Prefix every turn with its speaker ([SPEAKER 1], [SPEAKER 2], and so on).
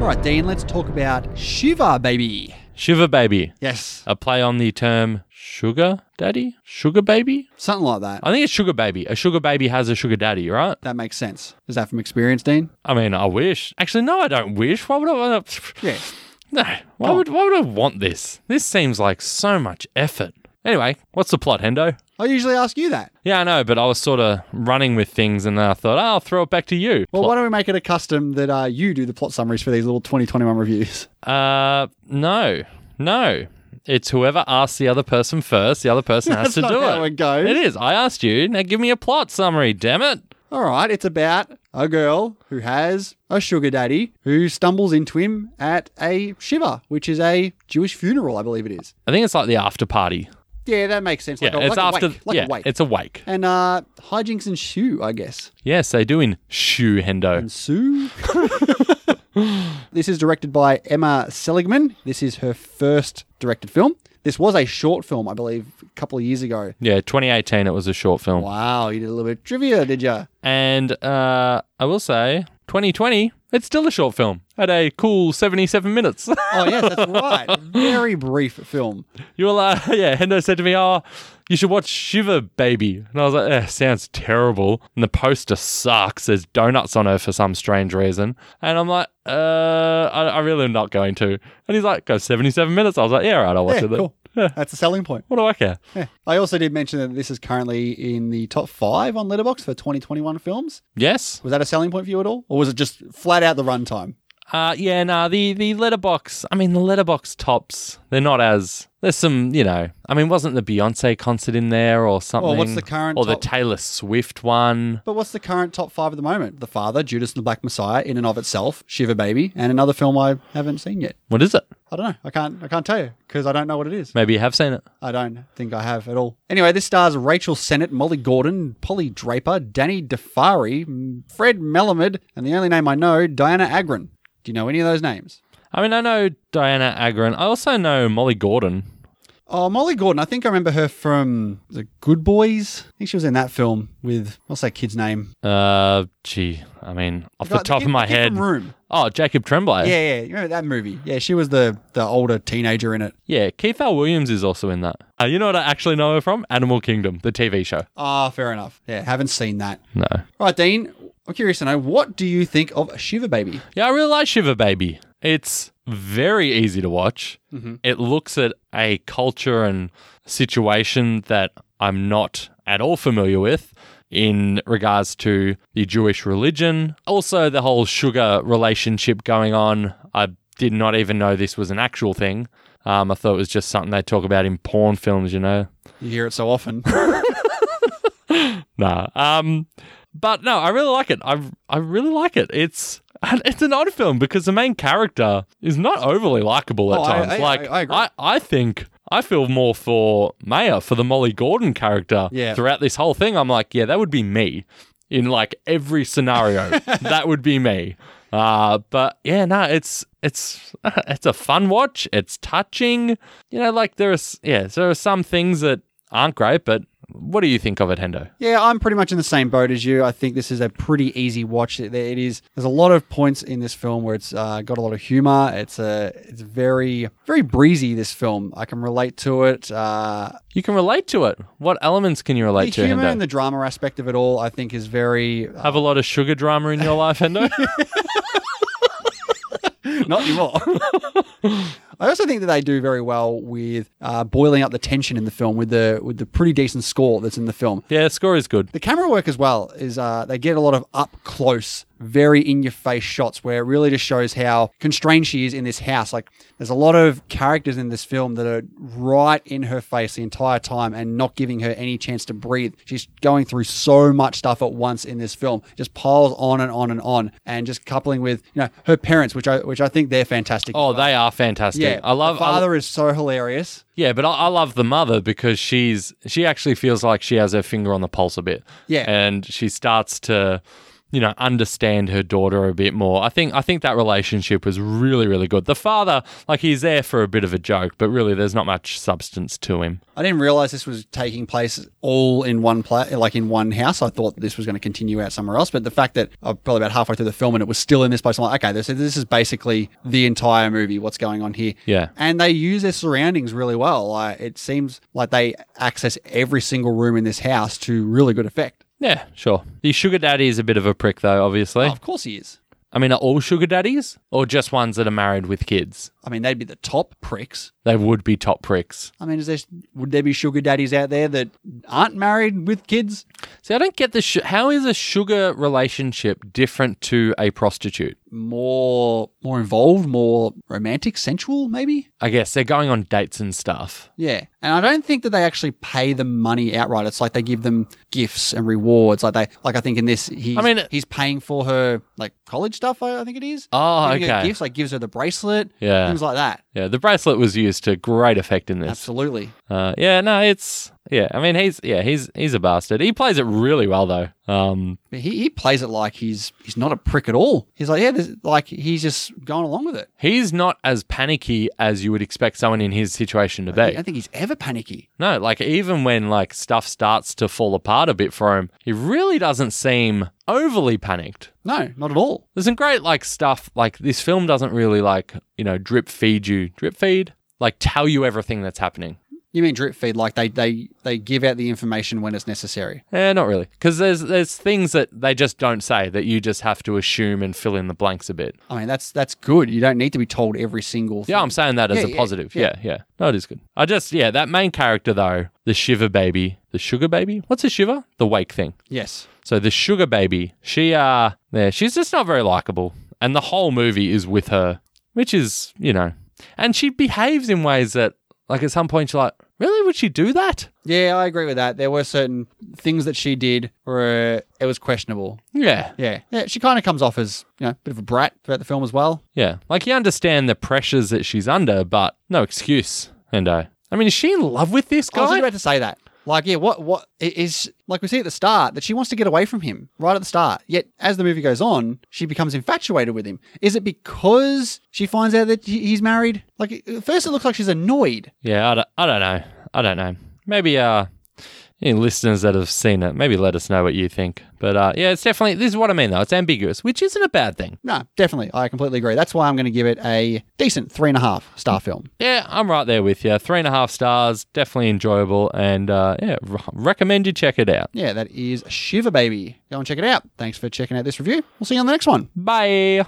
[SPEAKER 1] right, Dean, let's talk about Shiva, baby.
[SPEAKER 2] Shiva Baby.
[SPEAKER 1] Yes,
[SPEAKER 2] A play on the term sugar daddy? Sugar baby?
[SPEAKER 1] something like that.
[SPEAKER 2] I think it's sugar baby. A sugar baby has a sugar daddy, right?
[SPEAKER 1] That makes sense. Is that from experience, Dean?
[SPEAKER 2] I mean, I wish. Actually, no, I don't wish. Why would I want to?
[SPEAKER 1] Yeah.
[SPEAKER 2] No. Why would, why would I want this? This seems like so much effort. Anyway, what's the plot, Hendo?
[SPEAKER 1] I usually ask you that.
[SPEAKER 2] Yeah, I know, but I was sort of running with things and then I thought, oh, I'll throw it back to you.
[SPEAKER 1] Well, why don't we make it a custom that uh, you do the plot summaries for these little 2021 reviews?
[SPEAKER 2] Uh, no, no. It's whoever asks the other person first, the other person has
[SPEAKER 1] That's
[SPEAKER 2] to
[SPEAKER 1] not
[SPEAKER 2] do
[SPEAKER 1] how
[SPEAKER 2] it.
[SPEAKER 1] it goes.
[SPEAKER 2] It is. I asked you. Now give me a plot summary, damn it.
[SPEAKER 1] All right, it's about a girl who has a sugar daddy who stumbles into him at a shiva, which is a Jewish funeral, I believe it is.
[SPEAKER 2] I think it's like the after party.
[SPEAKER 1] Yeah, that makes sense. Like
[SPEAKER 2] Yeah,
[SPEAKER 1] a, like
[SPEAKER 2] it's
[SPEAKER 1] a
[SPEAKER 2] after.
[SPEAKER 1] wake, like
[SPEAKER 2] yeah,
[SPEAKER 1] a wake.
[SPEAKER 2] it's a wake.
[SPEAKER 1] and uh, hijinks and shoe, I guess.
[SPEAKER 2] Yes, they do in shoe hendo.
[SPEAKER 1] Sue. this is directed by Emma Seligman. This is her first directed film. This was a short film, I believe, a couple of years ago.
[SPEAKER 2] Yeah, 2018. It was a short film,
[SPEAKER 1] Wow, you did a little bit of trivia, did you?
[SPEAKER 2] and uh, I will say 2020. It's still a short film at a cool 77 minutes.
[SPEAKER 1] Oh, yes, that's right. Very brief film.
[SPEAKER 2] you were like, yeah. Hendo said to me, "Oh, you should watch Shiver Baby," and I was like, eh, "Sounds terrible." And the poster sucks. There's donuts on her for some strange reason, and I'm like, "Uh, I, I really am not going to." And he's like, "Go 77 minutes." I was like, "Yeah, all right, I'll watch
[SPEAKER 1] Yeah,
[SPEAKER 2] it." Then.
[SPEAKER 1] cool. That's a selling point.
[SPEAKER 2] What do I care?
[SPEAKER 1] Yeah. I also did mention that this is currently in the top five on Letterbox for 2021 films.
[SPEAKER 2] Yes.
[SPEAKER 1] Was that a selling point for you at all? Or was it just flat out the runtime?
[SPEAKER 2] Uh, yeah, nah, the, the letterbox, I mean, the letterbox tops, they're not as, there's some, you know, I mean, wasn't the Beyonce concert in there or something?
[SPEAKER 1] Or what's the current
[SPEAKER 2] Or the
[SPEAKER 1] top-
[SPEAKER 2] Taylor Swift one.
[SPEAKER 1] But what's the current top five at the moment? The Father, Judas and the Black Messiah, in and of itself, Shiver Baby, and another film I haven't seen yet.
[SPEAKER 2] What is it?
[SPEAKER 1] I don't know. I can't. I can't tell you because I don't know what it is.
[SPEAKER 2] Maybe you have seen it.
[SPEAKER 1] I don't think I have at all. Anyway, this stars Rachel Sennett, Molly Gordon, Polly Draper, Danny DeFari, m- Fred Melamed, and the only name I know, Diana Agron. Do you know any of those names?
[SPEAKER 2] I mean, I know Diana Agron. I also know Molly Gordon.
[SPEAKER 1] Oh, Molly Gordon. I think I remember her from The Good Boys. I think she was in that film with what's that kid's name?
[SPEAKER 2] Uh, gee, I mean, off the,
[SPEAKER 1] guy-
[SPEAKER 2] top
[SPEAKER 1] kid-
[SPEAKER 2] of my
[SPEAKER 1] the kid
[SPEAKER 2] head.
[SPEAKER 1] From Room.
[SPEAKER 2] Oh, Jacob Tremblay.
[SPEAKER 1] Yeah, yeah. You remember that movie? Yeah, she was the the older teenager in it.
[SPEAKER 2] Yeah, Keith Al Williams is also in that. Uh, you know what I actually know her from? Animal Kingdom, the TV show.
[SPEAKER 1] Ah, fair enough. Yeah, haven't seen that.
[SPEAKER 2] No.
[SPEAKER 1] All right, Dean. I'm curious to know what do you think of Shiver Baby?
[SPEAKER 2] Yeah, I really like Shiver Baby. It's very easy to watch. It looks at a culture and situation that I'm not at all familiar with in regards to the Jewish religion. Also, the whole sugar relationship going on. I did not even know this was an actual thing. Um, I thought it was just something they talk about in porn films, you know?
[SPEAKER 1] You hear it so often.
[SPEAKER 2] Nah. Um, but no, I really like it. I I really like it. It's it's an odd film because the main character is not overly likable at
[SPEAKER 1] Oh, I-
[SPEAKER 2] times.
[SPEAKER 1] I-
[SPEAKER 2] like
[SPEAKER 1] I- I agree.
[SPEAKER 2] I, think I feel more for Maya for the Molly Gordon character
[SPEAKER 1] Yeah.
[SPEAKER 2] throughout this whole thing. I'm like, yeah, that would be me in like every scenario. that would be me. Uh, but yeah, no, it's it's it's a fun watch. It's touching. You know, like there is yeah, there are some things that aren't great, but what do you think of it, Hendo?
[SPEAKER 1] Yeah, I'm pretty much in the same boat as you. I think this is a pretty easy watch. It it is. There's a lot of points in this film where it's uh, got a lot of humor. It's a. It's very very breezy. This film. I can relate to it. Uh,
[SPEAKER 2] You can relate to it. What elements can you relate
[SPEAKER 1] the
[SPEAKER 2] to,
[SPEAKER 1] humor
[SPEAKER 2] Hendo?
[SPEAKER 1] and the drama aspect of it all, I think, is very uh,
[SPEAKER 2] Have a lot of sugar drama in your life, Hendo?
[SPEAKER 1] Not anymore. I also think that they do very well with uh, boiling up the tension in the film with the with the pretty decent score that's in the film.
[SPEAKER 2] yeah, the score is good.
[SPEAKER 1] The camera work as well is uh, they get a lot of up close, very in your face shots where it really just shows how constrained she is in this house. Like there's a lot of characters in this film that are right in her face the entire time and not giving her any chance to breathe. She's going through so much stuff at once in this film, just piles on and on and on, and just coupling with you know her parents, which I which I think they're fantastic.
[SPEAKER 2] Oh, they are fantastic.
[SPEAKER 1] yeah,
[SPEAKER 2] I love.
[SPEAKER 1] the
[SPEAKER 2] I,
[SPEAKER 1] father is so hilarious.
[SPEAKER 2] yeah, but I, I love the mother because she's she actually feels like she has her finger on the pulse a bit.
[SPEAKER 1] Yeah.
[SPEAKER 2] and she starts to you know, understand her daughter a bit more. I think I think that relationship was really really good. The father, like he's there for a bit of a joke, but really there's not much substance to him.
[SPEAKER 1] I didn't realize this was taking place all in one place, like in one house. I thought this was going to continue out somewhere else, but the fact that uh, probably about halfway through the film and it was still in this place, I'm like, okay, this this is basically the entire movie. What's going on here?
[SPEAKER 2] Yeah.
[SPEAKER 1] and they use their surroundings really well. Like it seems like they access every single room in this house to really good effect.
[SPEAKER 2] Yeah, sure. The sugar daddy is a bit of a prick though, obviously.
[SPEAKER 1] of course he is.
[SPEAKER 2] I mean, are all sugar daddies or just ones that are married with kids?
[SPEAKER 1] I mean, they'd be the top pricks.
[SPEAKER 2] They would be top pricks.
[SPEAKER 1] I mean, is there, would there be sugar daddies out there that aren't married with kids?
[SPEAKER 2] See, I don't get the su- how is a sugar relationship different to a prostitute?
[SPEAKER 1] More, more involved, more romantic, sensual, maybe.
[SPEAKER 2] I guess they're going on dates and stuff.
[SPEAKER 1] Yeah, and I don't think that they actually pay them money outright. It's like they give them gifts and rewards. Like they, like I think in this, he's,
[SPEAKER 2] I mean- uh,
[SPEAKER 1] he's paying for her like college stuff. I, I think it is.
[SPEAKER 2] Oh,
[SPEAKER 1] Giving her
[SPEAKER 2] okay.
[SPEAKER 1] gifts like gives her the bracelet,
[SPEAKER 2] Yeah.
[SPEAKER 1] things like that.
[SPEAKER 2] Yeah, the bracelet was used to great effect in this.
[SPEAKER 1] Absolutely.
[SPEAKER 2] Uh, yeah, no, it's yeah. I mean, he's yeah, he's he's a bastard. He plays it really well though. Um,
[SPEAKER 1] But he, he plays it like he's he's not a prick at all. He's like, yeah, this, like he's just going along with it.
[SPEAKER 2] he's not as panicky as you would expect someone in his situation to
[SPEAKER 1] I
[SPEAKER 2] be.
[SPEAKER 1] don't think he's ever panicky.
[SPEAKER 2] No, like even when like stuff starts to fall apart a bit for him, he really doesn't seem overly panicked.
[SPEAKER 1] No, not at all.
[SPEAKER 2] There's some great like stuff like this film doesn't really like, you know, drip feed you, drip feed, like tell you everything that's happening.
[SPEAKER 1] You mean drip feed? Like they they they give out the information when it's necessary.
[SPEAKER 2] Eh, not really. Cuz there's there's things that they just don't say that you just have to assume and fill in the blanks a bit.
[SPEAKER 1] I mean, that's that's good. You don't need to be told every single. Thing.
[SPEAKER 2] Yeah, I'm saying that as
[SPEAKER 1] Yeah,
[SPEAKER 2] a
[SPEAKER 1] yeah,
[SPEAKER 2] positive.
[SPEAKER 1] yeah.
[SPEAKER 2] Yeah. yeah, No, it is good. I just yeah, that main character though, the shiver baby, the sugar baby. What's a shiver? The wake thing.
[SPEAKER 1] yes.
[SPEAKER 2] So the sugar baby, she uh yeah, she's just not very likable. And the whole movie is with her, which is, you know. And she behaves in ways that like at some point you're like, really would she do that?
[SPEAKER 1] Yeah, I agree with that. There were certain things that she did where it was questionable.
[SPEAKER 2] Yeah.
[SPEAKER 1] Yeah, yeah. She kind of comes off as you know a bit of a brat throughout the film as well.
[SPEAKER 2] Yeah. Like you understand the pressures that she's under, but no excuse. And uh I mean, is she in love with
[SPEAKER 1] I
[SPEAKER 2] this
[SPEAKER 1] was just
[SPEAKER 2] guy?
[SPEAKER 1] about to say that. Like, yeah, what what it is like we see at the start that she wants to get away from him right at the start. Yet as the movie goes on, she becomes infatuated with him. Is it because she finds out that he- he's married? Like at first it looks like she's annoyed.
[SPEAKER 2] Yeah, I don't, I don't know. I don't know. Maybe uh any listeners that have seen it, maybe let us know what you think. But uh yeah, it's definitely this is what I mean though. It's ambiguous, which isn't a bad thing.
[SPEAKER 1] No, definitely. I completely agree. That's why I'm going to give it a decent three and a half star film.
[SPEAKER 2] Yeah, I'm right there with you. Three and a half stars, definitely enjoyable, and uh, yeah, r- recommend you check it out.
[SPEAKER 1] Yeah, that is Shiver Baby. Go and check it out. Thanks for checking out this review. We'll see you on the next one.
[SPEAKER 2] Bye.